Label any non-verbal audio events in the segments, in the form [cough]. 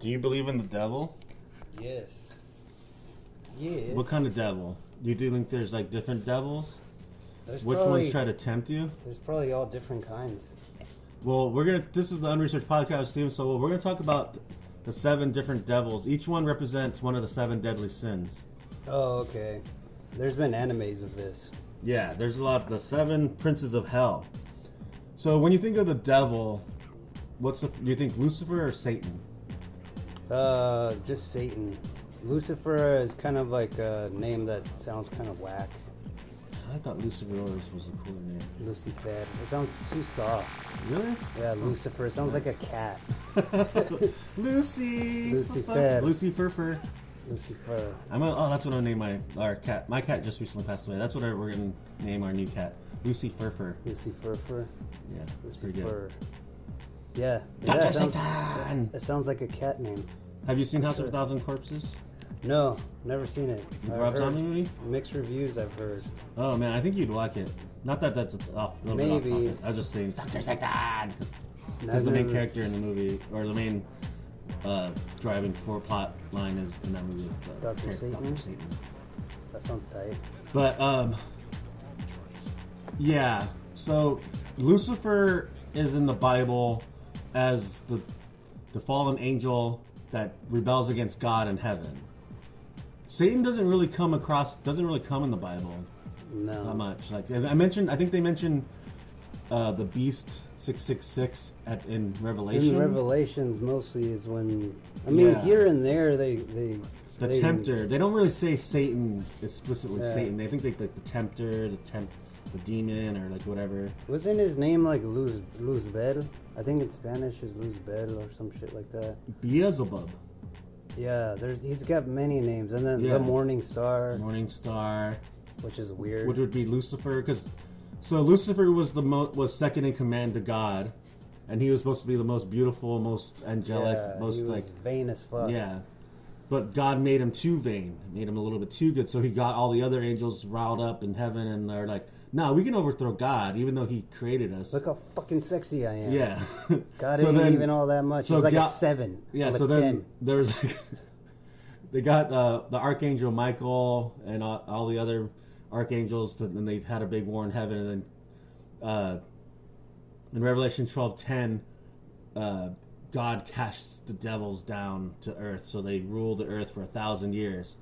Do you believe in the devil? Yes. Yes. What kind of devil? You do think there's like different devils? There's Which probably, ones try to tempt you? There's probably all different kinds. Well, we're gonna. This is the Unresearched Podcast, Steven. So we're gonna talk about the seven different devils. Each one represents one of the seven deadly sins. Oh, okay. There's been animes of this. Yeah, there's a lot of the seven princes of hell. So when you think of the devil, what's the, do you think Lucifer or Satan? Uh, just Satan. Lucifer is kind of like a name that sounds kind of whack. I thought Lucifer always was a cooler name. Lucifer. It sounds too soft. Really? Yeah, Lucifer. It sounds like a cat. [laughs] Lucy. [laughs] Lucifer. Lucy Furfur. Lucifer. I'm gonna, oh, that's what I'll name my our cat. My cat just recently passed away. That's what I, we're gonna name our new cat, Lucy Furfur. Lucifer. Yeah, that's pretty good. Lucifer. Yeah. yeah Dr. it, sounds, Satan. it sounds like a cat name. Have you seen House of a Thousand Corpses? No, never seen it. The I've Rob heard Zombie movie? Mixed reviews I've heard. Oh man, I think you'd like it. Not that that's off. A little Bit off Maybe. topic. I was just saying Doctor Satan And because I've the main never- character in the movie, or the main uh, driving for plot line is in that movie is the Dr. character, Satan? Dr. Satan. That sounds tight. But um, yeah. So Lucifer is in the Bible as the the fallen angel that rebels against God in heaven. Satan doesn't really come across. Doesn't really come in the Bible. No. Not much. Like I mentioned, I think they mentioned uh, the Beast six six six at in Revelation. In Revelations, mostly is when I mean Yeah. here and there they they the they, Tempter. They don't really say Satan explicitly. Yeah. Satan. They think like, like the Tempter, the temp, the demon, or like whatever. Wasn't his name like Luz Luzbel? I think in Spanish is Luzbel or some shit like that. Beelzebub, Yeah, there's he's got many names, and then Yeah. the Morning Star, Morning Star, which is weird. which would be Lucifer, because so Lucifer was the mo- was second in command to God, and he was supposed to be the most beautiful, most angelic, yeah, most he was like vain as fuck. Yeah. But God made him too vain, made him a little bit too good. So he got all the other angels riled up in heaven and they're like, nah, we can overthrow God, even though he created us. Look how fucking sexy I am. yeah. God [laughs] So ain't then- even all that much. so he's like God- a seven. Yeah, I'm a so then 10. there was like, [laughs] they got uh, the archangel Michael and all, all the other archangels, to, and they've had a big war in heaven. And then uh, in Revelation twelve ten, uh, God casts the devils down to earth, so they rule the earth for a thousand years.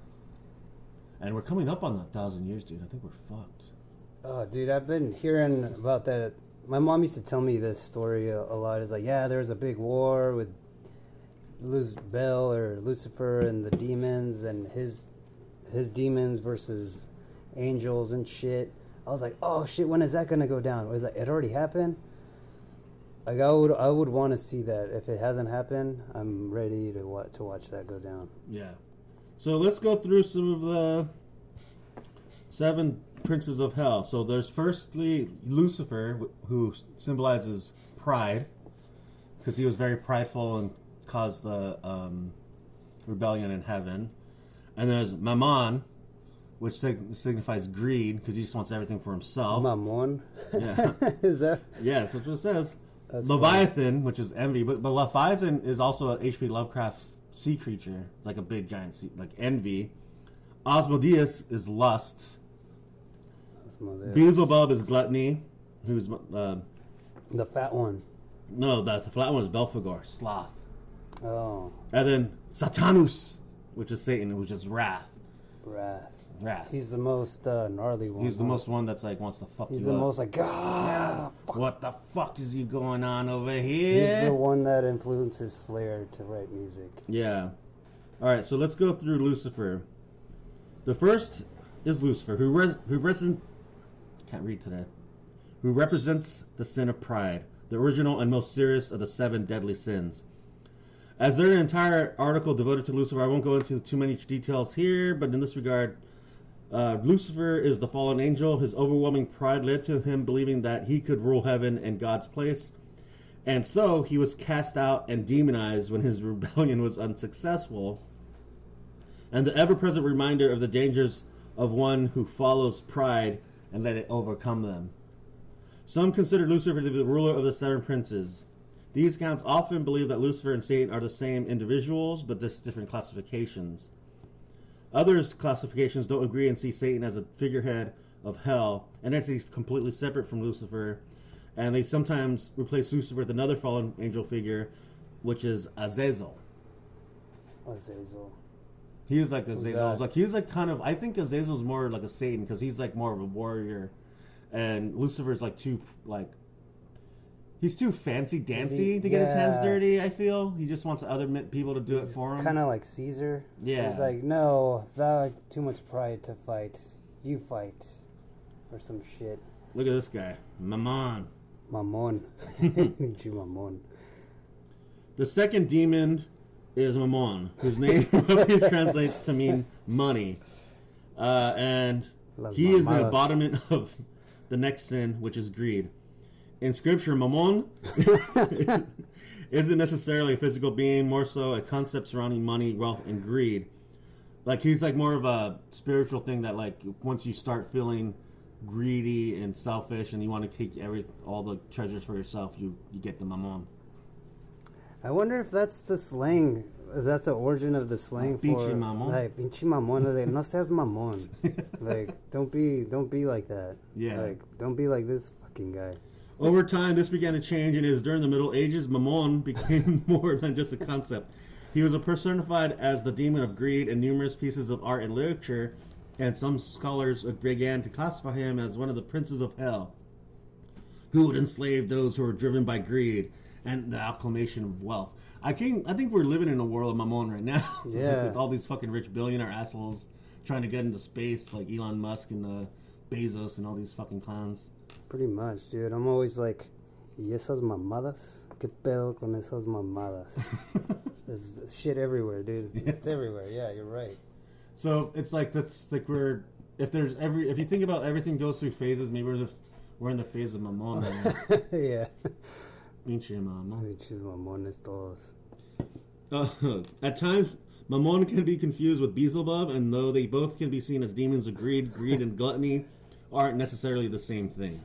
And we're coming up on that thousand years, dude. I think we're fucked. Oh, dude, I've been hearing about that. My mom used to tell me this story a, a lot. It's like, yeah, there was a big war with Luz Bell or Lucifer and the demons and his his demons versus angels and shit. I was like, oh shit, when is that gonna go down? It was like, it already happened. Like I would, I would want to see that. If it hasn't happened, I'm ready to wa- to watch that go down. Yeah. So let's go through some of the seven princes of hell. So there's firstly Lucifer, wh- who symbolizes pride, because he was very prideful and caused the um, rebellion in heaven. And there's Mammon, which sig- signifies greed, because he just wants everything for himself. Mamon, Yeah. [laughs] is that? Yeah, that's what it says. That's Leviathan, which is envy, but, but Leviathan is also an H.P. Lovecraft sea creature, It's like a big giant sea, like envy. Osmodeus is lust. That's my bad. Beelzebub is gluttony. Who's uh, the fat one. no, that's the flat one is Belphegor, sloth, Oh, and then Satanus, which is Satan, which is wrath, wrath. wrath. He's, He's the most uh, gnarly one. the huh? most one that's like wants to fuck He's you the up. most like. "Ah, fuck." what the fuck is you going on over He's here? the one that influences Slayer to write music. Yeah. All right, so let's go through Lucifer. The first is Lucifer, who re- who represents can't read today, who represents the sin of pride, the original and most serious of the seven deadly sins. As there is an entire article devoted to Lucifer, I won't go into too many details here, but in this regard, uh, Lucifer is the fallen angel. His overwhelming pride led to him believing that he could rule heaven and God's place. And so he was cast out and demonized when his [laughs] rebellion was unsuccessful. And the ever present reminder of the dangers of one who follows pride and let it overcome them. Some consider Lucifer to be the ruler of the seven princes. These accounts often believe that Lucifer and Satan are the same individuals, but just different classifications. Others' classifications don't agree and see Satan as a figurehead of hell, an entity completely separate from Lucifer, and they sometimes replace Lucifer with another fallen angel figure, which is Azazel. Azazel. He was like Azazel. that? Like he was like kind of. I think Azazel's more like a Satan because he's like more of a warrior, and Lucifer's like too like. He's too fancy dancy to get his hands Yeah. dirty. I feel he just wants other men- people to do it for him. Kind of like Caesar. Yeah. He's like, no, thou have too much pride to fight. You fight. Or some shit. Look at this guy, Mammon. [laughs] Mammon. Jew Mammon. The second demon is Mammon, whose name [laughs] roughly translates to mean money. Uh, and Las he is the mamadas. embodiment [laughs] of the next sin, which is greed. In scripture, Mammon [laughs] isn't necessarily a physical being, more so a concept surrounding money, wealth, and greed. Like he's like more of a spiritual thing that like once you start feeling greedy and selfish and you want to take every all the treasures for yourself, you you get the Mammon. [laughs] I wonder if that's the slang. Is that the origin of the slang Pinche for mamón. like pinche mamon? Like, no [laughs] seas mamon. like don't be don't be like that. Yeah. Like don't be like this fucking guy. Over time, this began to change, and it is during the Middle Ages Mammon [laughs] became more than just a concept. He was personified as the demon of greed in numerous pieces of art and literature, and some scholars began to classify him as one of the princes of hell, who would enslave those who were driven by greed and the acclamation of wealth. I can I think we're living in a world of Mammon right now, [laughs] Yeah. with all these fucking rich billionaire assholes trying to get into space, like Elon Musk and uh, Bezos and all these fucking clowns. [laughs] Pretty much, dude. I'm always like, y esas mamadas? ¿Qué pedo con esas [laughs] mamadas? There's shit everywhere, dude. It's everywhere. Yeah, [laughs] you're right. [laughs] So it's like that's like we're if there's every if you think about everything goes through phases, maybe we're just we're in the phase of mamon. right [laughs] now. yeah. Pinche mamon. Pinches mamones todos. Uh, at times, mamon can be confused with Beelzebub, and though they both can be seen as demons of greed, greed and gluttony aren't necessarily the same thing.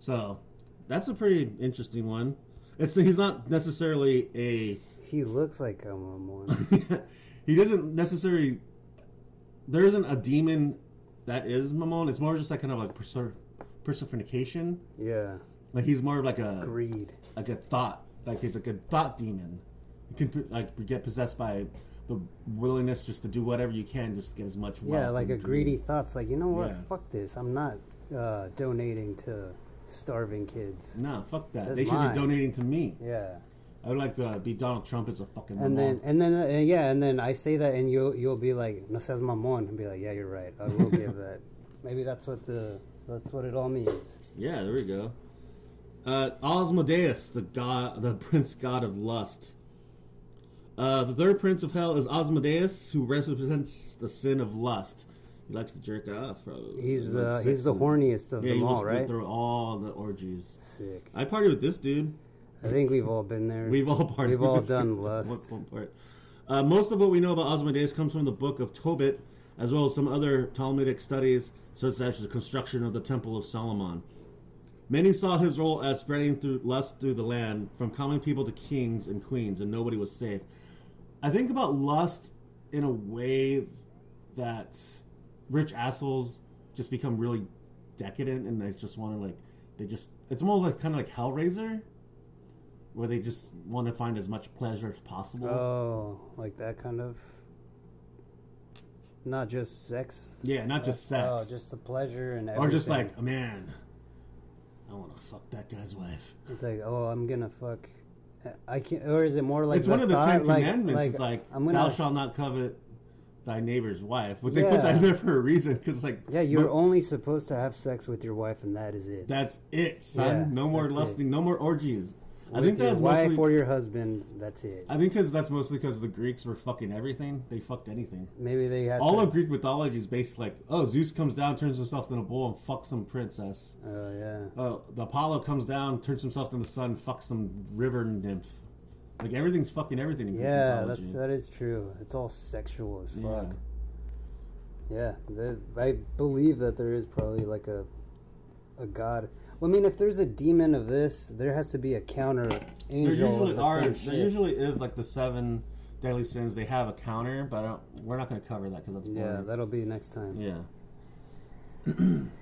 So that's a pretty interesting one. It's he's not necessarily a He looks like a mamon. he doesn't necessarily. There isn't a demon that is Mammon. It's more just like kind of like perser- personification. yeah. Like he's more of like a Greed. like a thought. Like he's like a thought demon. You can pr- like get possessed by the willingness just to do whatever you can just to get as much wealth. Yeah, like and a greedy thought's like, you know what? Yeah. Fuck this. I'm not uh, donating to starving kids. No, fuck that. That's they should mine. be donating to me. Yeah. I would like to uh, be Donald Trump as a fucking. And Mammon. then, and then, uh, yeah, and then I say that, and you'll you'll be like, "No seas mamón," and be like, "Yeah, you're right. I [laughs] will give that." Maybe that's what the that's what it all means. Yeah, there we go. Uh, Osmodeus, the god, the [laughs] prince god of lust. Uh, the third prince of hell is Osmodeus, who represents the sin of lust. He likes to jerk off. Probably. He's He likes uh, sex he's the and- horniest of Yeah, he them wants all, to go right? through all the orgies. Sick. I party with this dude. I think we've all been there. We've all partied. We've with all this dude done at lust. one point. Uh, most of what we know about Osmodeus comes from the Book of Tobit, as well as some other Talmudic studies, such as the construction of the Temple of Solomon. Many saw his role as spreading through lust through the land, from common people to kings and queens, and nobody was safe. I think about lust in a way that rich assholes just become really decadent, and they just want to like they just it's more like kind of like Hellraiser, where they just want to find as much pleasure as possible. Oh, like that kind of. Not just sex. yeah, not just sex, Oh, just the pleasure and everything. or just like man, I want to fuck that guy's wife. It's like, oh, I'm gonna fuck. I can, not or is it more like it's one of the thought, Ten like- Commandments. it's like I'm gonna, thou shalt not covet thy neighbor's wife. But they Yeah. put that in there for a reason because like yeah, you're no- only supposed to have sex with your wife, and that is it. that's it, son. Yeah, no more that's it. lusting, no more orgies. I With think your that's wife mostly. or your husband. That's it. I think because that's mostly because the Greeks were fucking everything. They fucked anything. Maybe they have All to, of Greek mythology is based like, oh, Zeus comes down, turns himself into a bull, and fucks some princess. Oh yeah, Oh, the Apollo comes down, turns himself into the sun, fucks some river nymph. Like everything's fucking everything. In Greek yeah. mythology. That's that is true. It's all sexual as yeah. fuck. Yeah, there- I believe that there is probably like a a god. Well, I mean, if there's a demon of this, there has to be a counter There angel. usually of the are. same There shit. usually is like the seven deadly sins. They have a counter, but I don't, we're not going to cover that because that's Yeah, boring. that'll be next time. Yeah. [clears throat]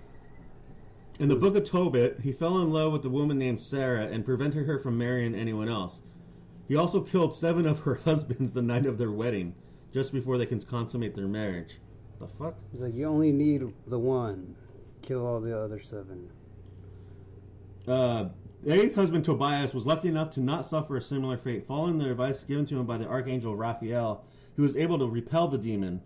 in the Book of Tobit, he fell in love with a woman named Sarah and prevented her from marrying anyone else. He also killed seven of her [laughs] husbands the night of their wedding, just before they can consummate their marriage. The fuck? He's like, you only need the one. Kill all the other seven. Uh, the eighth husband Tobias was lucky enough to not suffer a similar fate, following the advice given to him by the archangel Raphael, who was able to repel the demon.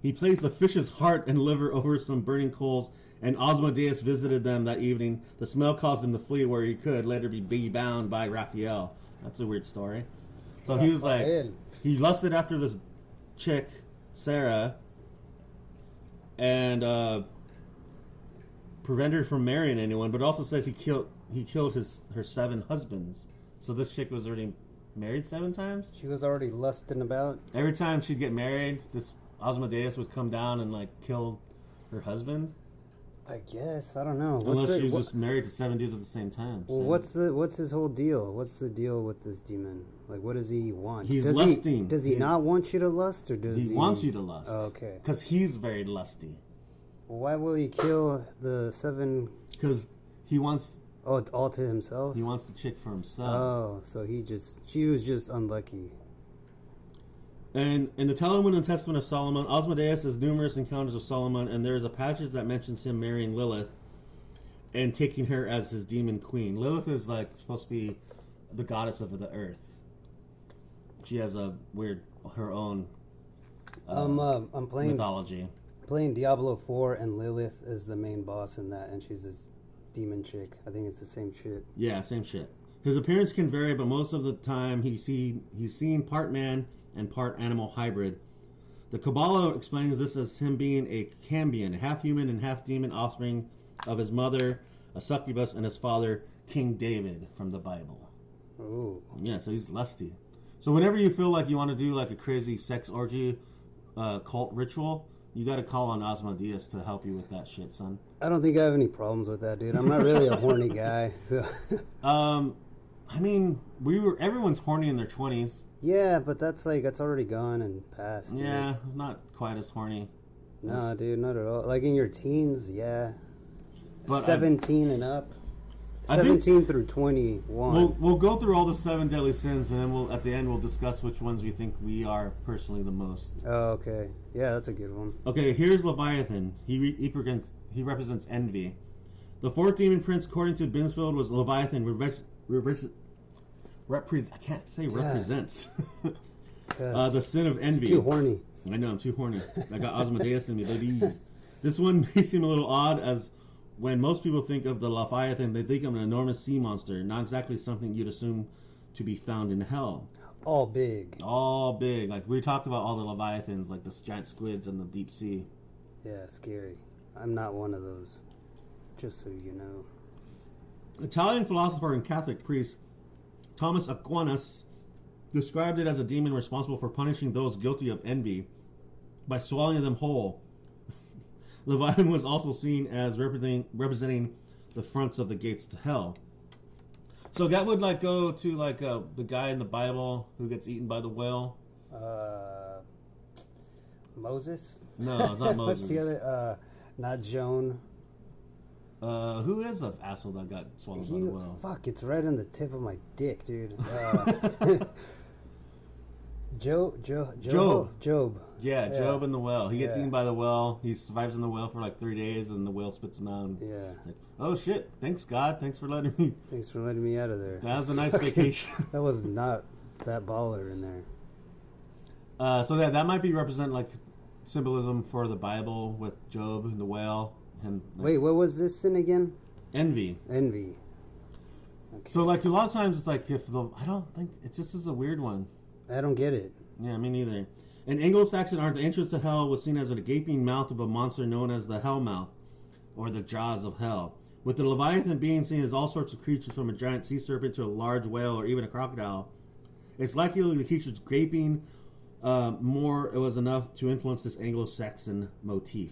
He placed the fish's heart and liver over some burning coals, and Osmodeus visited them that evening. The smell caused him to flee where he could, later be be bound by Raphael. That's a weird story. So he was like, Raphael. he lusted after this chick, Sarah, and uh, prevented her from marrying anyone. But it also says he killed he killed his her seven husbands. So this chick was already married seven times. She was already lusting about. Every time she'd get married, this Osmodeus would come down and like kill her husband, I guess I don't know. What's unless the- she was what- just married to seven dudes at the same time. well, So- what's the what's his whole deal? What's the deal with this demon? Like, what does he want? He's does He, lusting. does he He- not want you to lust, or does he he, wants you to lust? Oh, okay. because he's very lusty. Why will he kill the seven? Because he wants Oh, all to himself. he wants uh, the chick for himself. Oh, so he just she was just unlucky. And in the Talmud and Testament of Solomon, Osmodeus has numerous encounters with Solomon, and there is a passage that mentions him marrying Lilith and taking her as his demon queen. Lilith is like supposed to be the goddess of the earth. She has a weird her own uh, Um, uh, I'm playing mythology. playing Diablo Four, and Lilith is the main boss in that, and she's this demon chick. I think it's the same shit. Yeah, same shit. His appearance can vary, but most of the time he see, he's seen part man and part animal hybrid. The Kabbalah explains this as him being a Cambion, half human and half demon offspring of his mother, a succubus, and his father, King David, from the Bible. Oh, Yeah, so he's lusty. So whenever you feel like you want to do like a crazy sex orgy uh, cult ritual, you got to call on Osmodeus to help you with that shit, son. I don't think I have any problems with that, dude. I'm not really a [laughs] horny guy, so [laughs] Um, I mean, we were everyone's horny in their twenties. yeah. But that's like that's already gone and past. dude. Yeah, not quite as horny. No, dude, not at all. Like in your teens, yeah. But uh, I- 17 and up. I think- 17 through 21. We'll we'll go through all the seven deadly sins, and then we'll at the end we'll discuss which ones we think we are personally the most. oh, okay. Yeah, that's a good one. Okay, here's Leviathan. He re- he, represents, he represents envy. The fourth demon prince, according to Binsfield, was Leviathan. Repres- repres- repres- I can't say represents. [laughs] uh, Cause the sin of envy. too horny. I know, I'm too horny. I got Osmodeus in me, baby. This one [laughs] may seem a little odd, as when most people think of the Leviathan, they think of an enormous sea monster, not exactly something you'd assume to be found in hell. All big. All big. Like, we talked about all the Leviathans, like the giant squids in the deep sea. Yeah, scary. I'm not one of those. Just so you know. Italian philosopher and Catholic priest Thomas Aquinas described it as a demon responsible for punishing those guilty of envy by swallowing them whole. [laughs] Leviathan was also seen as representing, representing the fronts of the gates to hell. So that would like go to like uh, the guy in the Bible who gets eaten by the whale. Uh, Moses? No, [laughs] it's not What's the Moses. other? Uh, not Joan. Uh, who is the asshole that got swallowed by the You- whale? fuck, it's right on the tip of my dick, dude. [laughs] Uh, [laughs] Job, Job, Job, Job. Job. Yeah, Yeah. Job and the whale. He gets Yeah. eaten by the whale. He survives in the whale for like three days, and the whale spits him out. and- Yeah. It's like, oh shit! Thanks God. Thanks for letting me. Thanks for letting me out of there. That was a [laughs] nice vacation. That was not that baller in there. Uh, so that that might be represent like symbolism for the Bible with Job and the whale and like, Wait, what was this sin again? envy. Envy. So like a lot of times it's like if the I don't think it just is a weird one. I don't get it. Yeah, me neither. In Anglo-Saxon art, the entrance to hell was seen as a gaping mouth of a monster known as the Hell Mouth, or the Jaws of Hell. With the Leviathan being seen as all sorts of creatures, from a giant sea serpent to a large whale or even a crocodile, it's likely the creature's gaping uh, more it was enough to influence this Anglo-Saxon motif.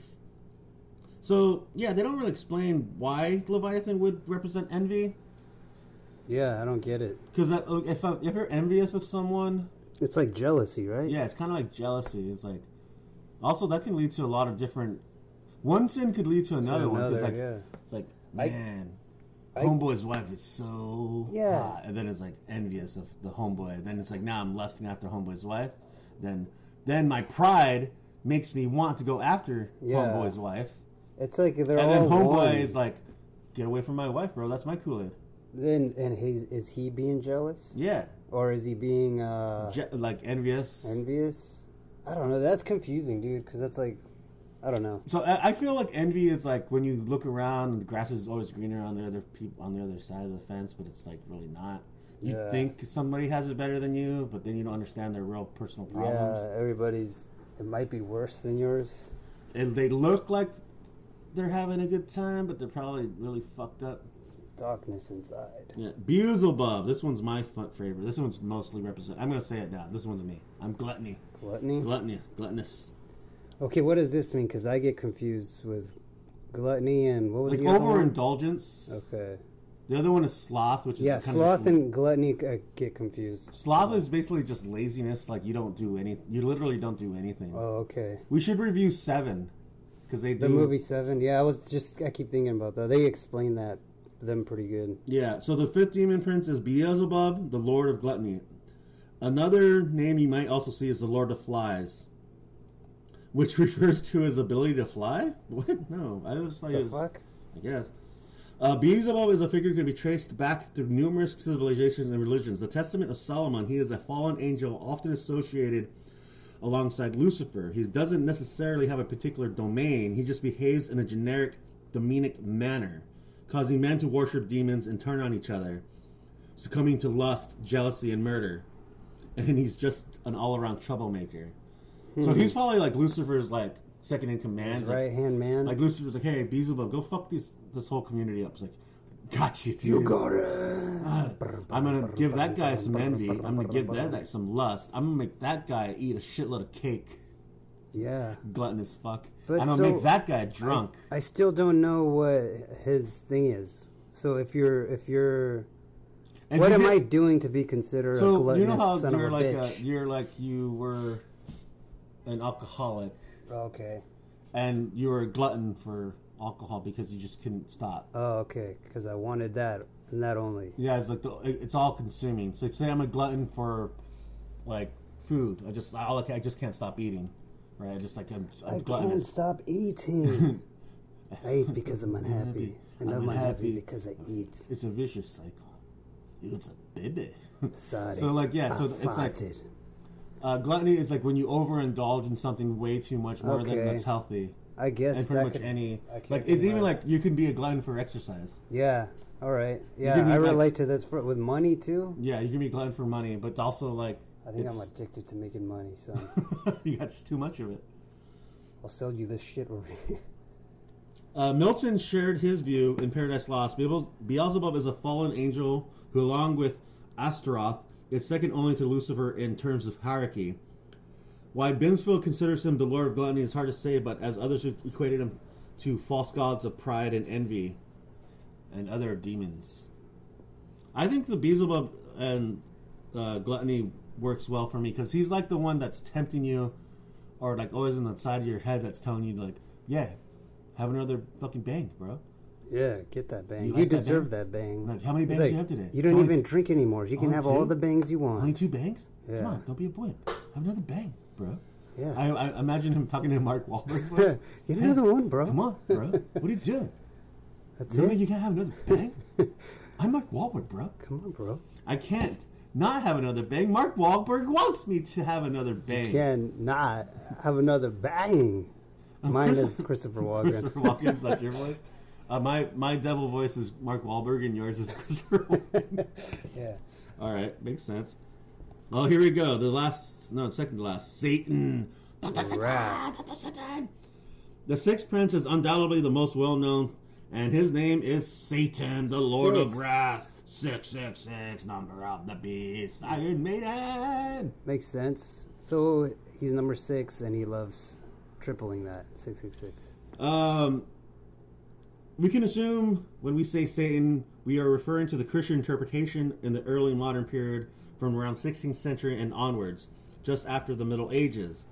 So yeah, they don't really explain why Leviathan would represent envy. Yeah, I don't get it. Because if I, if you're envious of someone, It's like jealousy, right? yeah, it's kind of like jealousy. It's like also that can lead to a lot of different. One sin could lead to To another, one. 'Cause one. Because like yeah. it's like I- man, I- homeboy's wife is so Yeah. hot, and then it's like envious of the homeboy. Then it's like now I'm lusting after homeboy's wife. Then then my pride makes me want to go after Yeah. homeboy's wife. It's like they're and all then homeboy one. is like, get away from my wife, bro. That's my Kool Aid. Then and he is he being jealous Yeah, or is he being uh, Je- like envious. envious? I don't know. That's confusing, dude. Because that's like, I don't know. so I, I feel like envy is like when you look around and the grass is always greener on the other peop- on the other side of the fence, but it's like really not. You Yeah. think somebody has it better than you, but then you don't understand their real personal problems. Yeah, everybody's. It might be worse than yours. And they look like they're having a good time, but they're probably really fucked up. Darkness inside. Yeah. Beelzebub. This one's my fu- favorite. This one's mostly represent. I'm gonna say it now. This one's me. I'm gluttony. Gluttony. Gluttony. Gluttonous. Okay, what does this mean? Because I get confused with gluttony and what was Like the other one? overindulgence. Okay. The other one is sloth, which is Yeah, kind of sloth just- and gluttony I get confused. sloth is basically just laziness. Like you don't do any. You literally don't do anything. Oh, okay. we should review Seven because they do The movie Seven. Yeah, I was just. I keep thinking about that. They explain that them pretty good. Yeah, so the fifth demon prince is Beelzebub, the Lord of Gluttony. Another name you might also see is the Lord of Flies, which [laughs] refers to his ability to fly. What? No, I just thought The it was. fuck? I guess. Uh, Beelzebub is a figure who can be traced back through numerous civilizations and religions. The Testament of Solomon, he is a fallen angel often associated alongside Lucifer. He doesn't necessarily have a particular domain, he just behaves in a generic demonic manner, causing men to worship demons and turn on each other, succumbing to lust, jealousy, and murder. And he's just an all around troublemaker. So he's probably like Lucifer's like second in command. His like, right hand man. like Lucifer was like, "Hey, Beelzebub, go fuck this this whole community up." It's like, "Got you, dude. it. Ah, I'm gonna give that guy some envy. I'm gonna give that guy some lust. I'm gonna make that guy eat a shitload of cake, Yeah. gluttonous fuck. But I'm gonna so- make that guy drunk." I still don't know what his thing is. So if you're if you're And what you am did- I doing to be considered a So gluttonous you know how son of a you're like a, bitch? you're like you were an alcoholic Okay. and you were a glutton for alcohol because you just couldn't stop. Oh, okay. Because I wanted that and that only. Yeah, it's like the, it- it's all consuming. So say I'm a glutton for like food. I just I, I just can't stop eating, right? I just like I'm, I'm I can't gluttonous. stop [laughs] eating. I eat because I'm unhappy, and I'm I'm unhappy unhappy. because I eat. It's a vicious cycle. Dude, it's a baby. [laughs] Sorry. so like yeah, so I it's like farted. uh, gluttony is like when you overindulge in something way too much more Okay. than that's healthy, I guess and pretty that much could- any I can't like it's even remember. like you can be a glutton for exercise. Yeah. All right. could Yeah, be I like- relate to this for, with money too. Yeah, you can be a glutton for money, but also like I think I'm it's- addicted to making money, so [laughs] you got just too much of it. I'll sell you this shit. over here. [laughs] Uh, Milton shared his view in Paradise Lost. Beelze- Beelzebub is a fallen angel who, along with Astaroth, is second only to Lucifer in terms of hierarchy. Why Binsfield considers him the Lord of Gluttony is hard to say, but as others who equated him to false gods of pride and envy and other demons. I think the Beelzebub and uh, Gluttony works well for me because he's like the one that's tempting you or like always in the side of your head that's telling you, like, yeah, have another fucking bang, bro. Yeah, get that You bang. You, like that deserve that bang. Like, how many It's bangs like, you have today? You don't Only- even drink anymore. You can only have two? all the bangs you Only want. two bangs? Yeah. Come on, don't be a whip. Have another bang, bro. Yeah. [laughs] I, I imagine him talking to Mark Wahlberg. Yeah, voice. Get Hey, another one, bro. Come on, bro. What are you doing? That's You don't it. think you can't have another bang? [laughs] I'm Mark Wahlberg, bro. Come on, bro. I can't not have another bang. Mark Wahlberg wants me to have another bang. [laughs] Can not have another bang. Um, Mine Christopher- [laughs] is Christopher Walken. Christopher Walken's that's your voice. Uh, my my devil voice is Mark Wahlberg and yours is [laughs] Christopher Walken. [laughs] yeah. All right, makes sense. Oh, here we go. The last, no, second to last. Satan. Dr. Satan. Right. Dr. Satan. The sixth prince is undoubtedly the most well known, and his name is Satan, the Lord of Six. Wrath. 666, number of the beast. Iron Maiden. Makes sense. So he's number six and he loves tripling that. Six six six. Um, We can assume when we say Satan, we are referring to the Christian interpretation in the early modern period from around 16th century and onwards, just after the Middle Ages.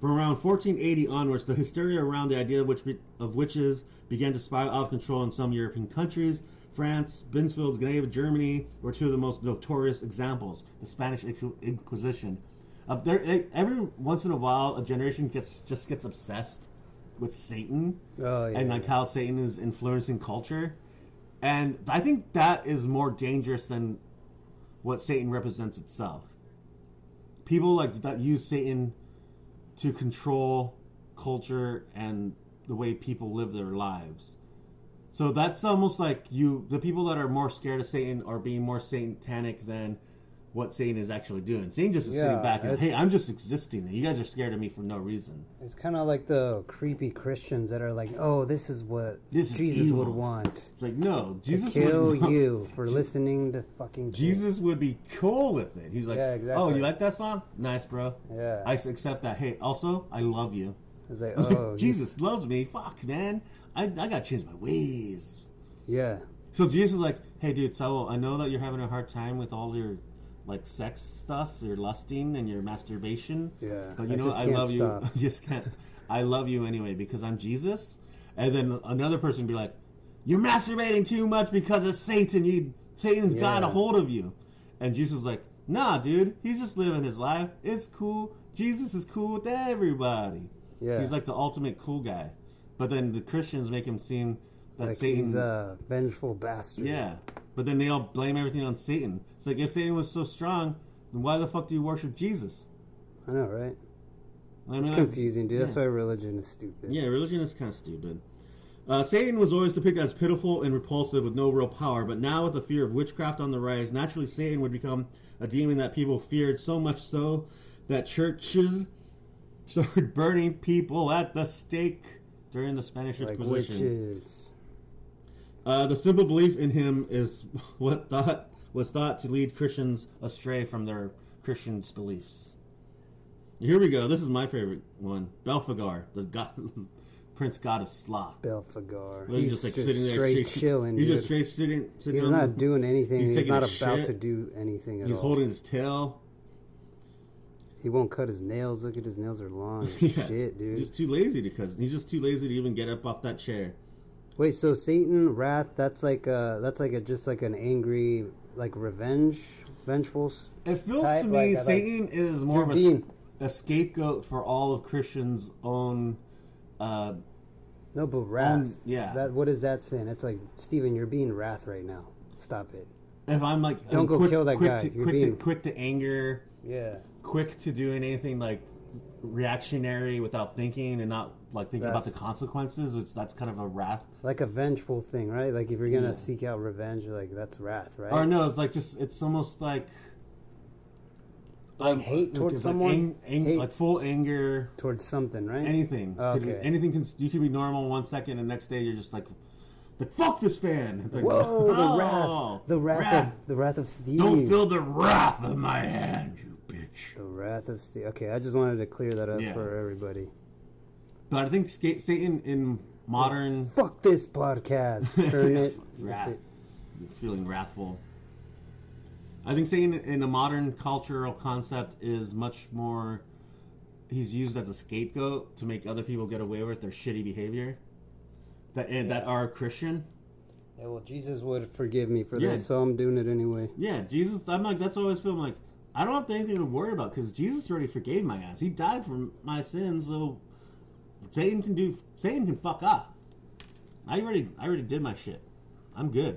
From around 1480 onwards, the hysteria around the idea which be, of witches began to spiral out of control in some European countries. France, Binsfeld, Scandinavia, Germany were two of the most notorious examples. The Spanish Inquisition. Up there, e- every once in a while, a generation gets just gets obsessed with Satan Oh yeah. and like how Satan is influencing culture. And I think that is more dangerous than what Satan represents itself. People like that use Satan to control culture and the way people live their lives. So that's almost like you the people that are more scared of Satan are being more satanic than what Satan is actually doing. Satan just is Yeah, sitting back and it's- hey, I'm just existing. You guys are scared of me for no reason. It's kind of like the creepy Christians that are like, "Oh, this is what This is Jesus would evil. want It's like no, Jesus to kill [laughs] would not- you for listening to fucking Jesus would be cool with it. He's like, Yeah, "Oh, exactly. you like that song? Nice, bro. kids." Yeah, I accept that. Hey, also, I love you. [laughs] it's like, "Oh, he's- Jesus loves me. Fuck, man. I I gotta change my ways." Yeah, So Jesus is like, "Hey, dude, Saul, I know that you're having a hard time with all your like sex stuff, your lusting and your masturbation, yeah. but you I know, just I can't love [laughs] stop. you. just can't. I love you anyway because I'm Jesus." And then another person would be like, "You're masturbating too much because of Satan. You Satan's got a Yeah. hold of you." And Jesus is like, "Nah, dude. He's just living his life. It's cool. Jesus is cool with everybody. Yeah, He's like the ultimate cool guy." But then the Christians make him seem that like Satan he's a vengeful bastard. yeah, but then they all blame everything on Satan. It's like if Satan was so strong, then why the fuck do you worship Jesus? I know, right? I mean, It's [laughs] like, confusing, dude. That's yeah. why religion is stupid. yeah, religion is kind of stupid. Uh, Satan was always depicted as pitiful and repulsive with no real power, but now with the fear of witchcraft on the rise, naturally Satan would become a demon that people feared so much so that churches [laughs] started burning people at the stake during the Spanish like Inquisition. witches. Uh, the simple belief in him is [laughs] what thought was thought to lead Christians astray from their Christian beliefs. Here we go. This is my favorite one: Belphegor, the god, [laughs] prince god of sloth. Belphegor. He's, just like sitting there, straight shit- chilling. He's dude. just straight sitting. sitting He's on- not doing anything. he's He's, taking not a about shit. to do anything at He's all. holding his tail. [laughs] He won't cut his nails. Look at his nails are long. [laughs] as Yeah. Shit, dude. He's too lazy to cuz he's just too lazy to even get up off that chair. Wait, so Satan wrath? That's like uh that's like a just like an angry like revenge, vengeful. s- It feels Type, to like, I me like- Satan is more You're of a, being a scapegoat for all of Christians' own uh, no, but wrath. own- Um, yeah. That what is that sin? It's like Stephen, you're being wrath right now. Stop it. if I'm like Don't I'm go quick, kill that quick guy. To, You're quick, being- to, quick to anger, Yeah, quick to doing anything like reactionary without thinking and not like thinking about That's- the consequences. Which that's kind of a wrath. like a vengeful thing, right? Like if you're gonna Yeah. seek out revenge, like that's wrath, right? Or no, it's like just it's almost like Like hate it's towards like someone? ang- ang- Hate? like full anger. Towards something, right? Anything. Could be- Okay. Anything can. You can be normal one second, and next day you're just like. Like, fuck this fan! It's like, Whoa, the "Oh, wrath, the wrath, wrath. of the wrath of Steve. Don't feel the wrath of my hand, you bitch. the wrath of Steve. Okay, I just wanted to clear that up Yeah. for everybody. But I think ska- Satan in modern Fuck this [laughs] podcast. Turn it. wrath, feeling wrathful. I think Satan in a modern cultural concept is much more. He's used as a scapegoat to make other people get away with their shitty behavior, that and that are Christian. Yeah, well, Jesus would forgive me for Yeah. this, so I'm doing it anyway. Yeah, Jesus. I'm like that's always feeling like I don't have anything to worry about because Jesus already forgave my ass. He died for my sins, so Satan can do. Satan can fuck up. I already, I already did my shit. I'm good.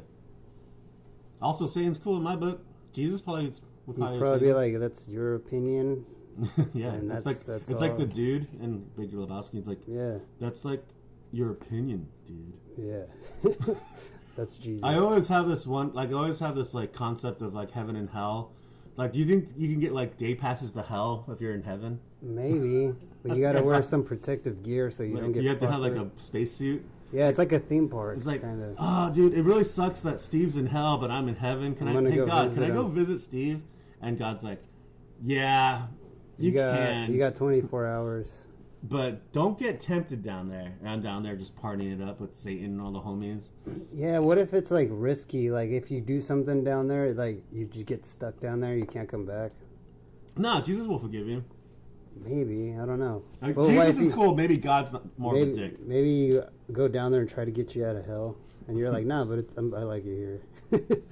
Also, Satan's cool in my book. Jesus probably would He'd probably, probably say, be like, "That's your opinion." [laughs] yeah. and it's that's- like that's it's like all. the dude in Big Lebowski. It's like Yeah, that's like your opinion, dude. yeah. [laughs] That's Jesus. I always have this one, like I always have this like concept of like heaven and hell. Like, do you think you can get like day passes to hell if you're in heaven? Maybe, but you got [laughs] to wear some protective gear so you Like, don't get. you have to have fucked like a up. spacesuit. Yeah, it's like a theme park. It's like, kind of. oh, dude, it really sucks that Steve's in hell, but I'm in heaven. Can I'm I? gonna Hey, go God, visit can I go him." visit Steve? And God's like, yeah, you, got can. you got 24 hours. But don't get tempted down there. And I'm down there just partying it up with Satan and all the homies. Yeah, what if it's like risky? Like if you do something down there, like you just get stuck down there, you can't come back. No, Jesus will forgive you. Maybe I don't know. Like, But what Jesus if is you- cool. Maybe God's not more maybe, of a dick. Maybe you go down there and try to get you out of hell, and you're like, [laughs] nah, but it's, I'm, I like you here. [laughs]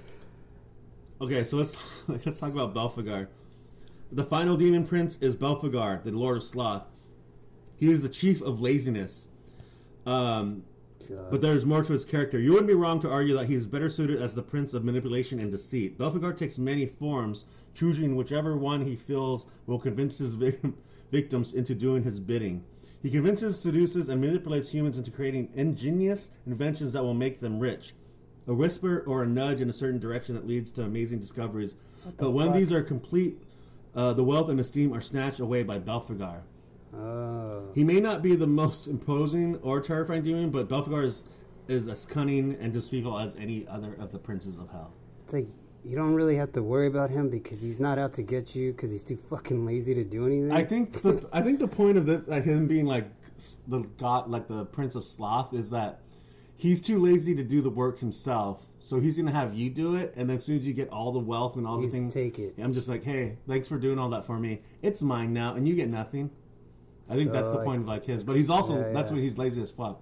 Okay, so let's [laughs] let's talk about Belphegor. The final demon prince is Belphegor, the Lord of Sloth. He is the chief of laziness. Um, God. but there's more to his character. You wouldn't be wrong to argue that he is better suited as the prince of manipulation and deceit. Belphegor takes many forms, choosing whichever one he feels will convince his victim, [laughs] victims into doing his bidding. He convinces, seduces, and manipulates humans into creating ingenious inventions that will make them rich. A whisper or a nudge in a certain direction that leads to amazing discoveries. But when fuck? these are complete, uh, the wealth and esteem are snatched away by Belphegor. oh, He may not be the most imposing or terrifying demon, but Belphegor is, is as cunning and deceitful as any other of the princes of hell. it's like you don't really have to worry about him because he's not out to get you because he's too fucking lazy to do anything. I think the I think the point of this, like him being like s- the god, like the prince of sloth, is that he's too lazy to do the work himself. So he's gonna have you do it, and then as soon as you get all the wealth and all the He's things, take it. I'm just like, hey, thanks for doing all that for me. It's mine now, and you get nothing. I think that's So, the like, point of like his, but he's also yeah, that's yeah. when he's lazy as fuck.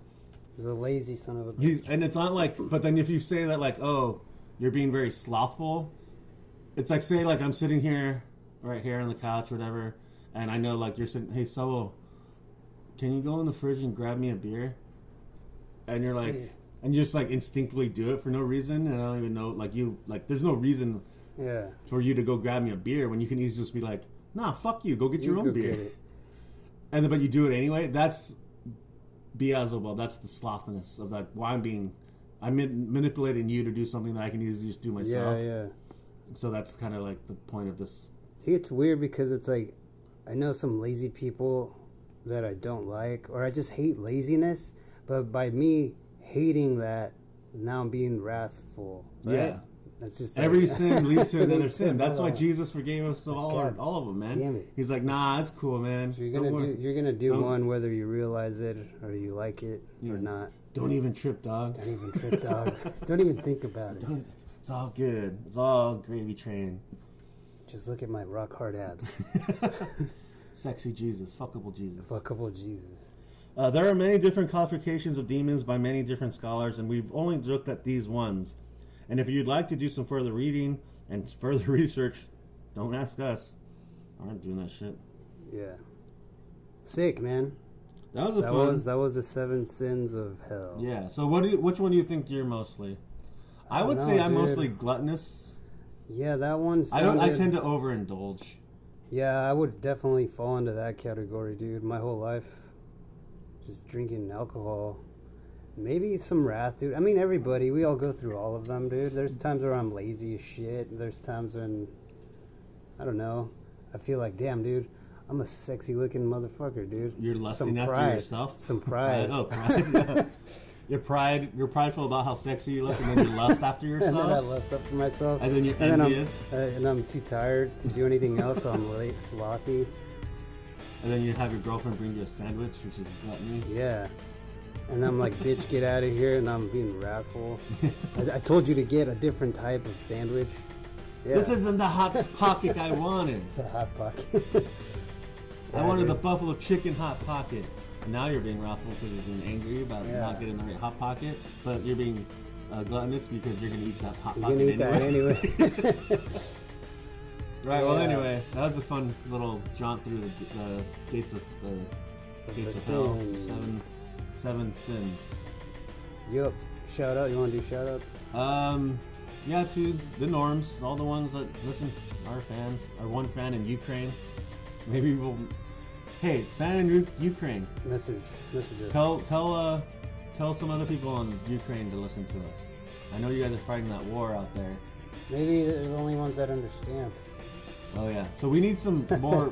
He's a lazy son of a. He's and it's not like but then if you say that like, oh, you're being very slothful, it's like say like I'm sitting here right here on the couch, whatever, and I know like you're sitting hey Sobo, can you go in the fridge and grab me a beer? And you're like Yeah. and you just like instinctively do it for no reason and I don't even know like you like there's no reason yeah, for you to go grab me a beer when you can easily just be like, nah, fuck you, go get your You own go beer. get it. And then, but you do it anyway. That's Beelzebub. That's the slothiness of that. Why I'm being, I'm man- manipulating you to do something that I can easily just do myself. Yeah, yeah. So that's kind of like the point of this. See, it's weird because it's like I know some lazy people that I don't like, or I just hate laziness. But by me hating that, now I'm being wrathful. Right? Yeah. that's just like- [laughs] Every sin leads to another Every sin. That's why Yeah. Jesus forgave us of all our, God all of them, man. damn it. He's like, nah, it's cool, man. So you're Don't gonna worry. do you're gonna do Don't- one whether you realize it or you like it Yeah. or not. Don't even trip, dog. Don't even [laughs] trip, dog. Don't even think about it. Don't- It's all good. It's all gravy train. [laughs] Just look at my rock hard abs. Sexy Jesus, fuckable Jesus. Fuckable Jesus. Uh, there are many different classifications of demons by many different scholars, and we've only looked at these ones. And if you'd like to do some further reading and [laughs] further research, don't ask us. I aren't doing that shit. Yeah. Sick man. That was a That fun. was that was the seven sins of hell. Yeah. So, what do you, which one do you think you're mostly? I, don't would know, say I'm dude. mostly gluttonous. Yeah, that one. I don't. I sounded- tend to overindulge. Yeah, I would definitely fall into that category, dude. My whole life, just drinking alcohol. Maybe some wrath, dude. I mean, everybody. We all go through all of them, dude. There's times where I'm lazy as shit. There's times when, I don't know. I feel like, damn, dude. I'm a sexy looking motherfucker, dude. You're lusting Some after pride. yourself. [laughs] Some pride. [laughs] Oh, pride. [laughs] yeah. Your pride. You're prideful about how sexy you look, and then you lust after [laughs] and then I yourself. lust up for myself. And then you're envious. I'm, uh, and I'm too tired to do anything else, so I'm late, slothy. and then you have your girlfriend bring you a sandwich, which is gluttony. Yeah. And I'm like, bitch, get out of here. And I'm being wrathful. I, I told you to get a different type of sandwich. Yeah. [laughs] This isn't the hot pocket I wanted. the hot pocket. [laughs] I Yeah, wanted dude. the buffalo chicken hot pocket. And now you're being wrathful because you're being angry about Yeah. not getting the right hot pocket, but you're being uh, gluttonous because you're gonna eat that hot You're pocket gonna eat that anyway. anyway. [laughs] right. Well, Yeah. anyway, that was a fun little jaunt through the, the gates of the Of gates the of hell. sin. Seven, seven sins. Yup. Shout out. You want to do shout outs? Um, yeah, to the norms, all the ones that listen, our fans, our one fan in Ukraine. Maybe we'll. Hey, fan in U- Ukraine, Message. Messages. tell tell uh, tell some other people in Ukraine to listen to us. I know you guys are fighting that war out there. Maybe they're the only ones that understand. Oh yeah. So we need some more.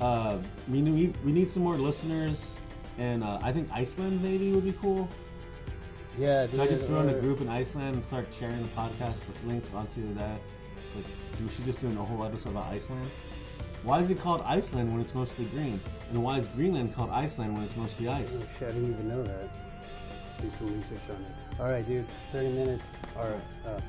uh, we need we need some more listeners, and uh, I think Iceland maybe would be cool. Yeah, dude. Can I just throw in a or- group in Iceland and start sharing the podcast link onto that? Like, we should just do a whole episode about Iceland. Why is it called Iceland when it's mostly green? And why is Greenland called Iceland when it's mostly ice? Oh, shit, I didn't even know that. Do some research on it. All right, dude. Thirty minutes. All right. Up.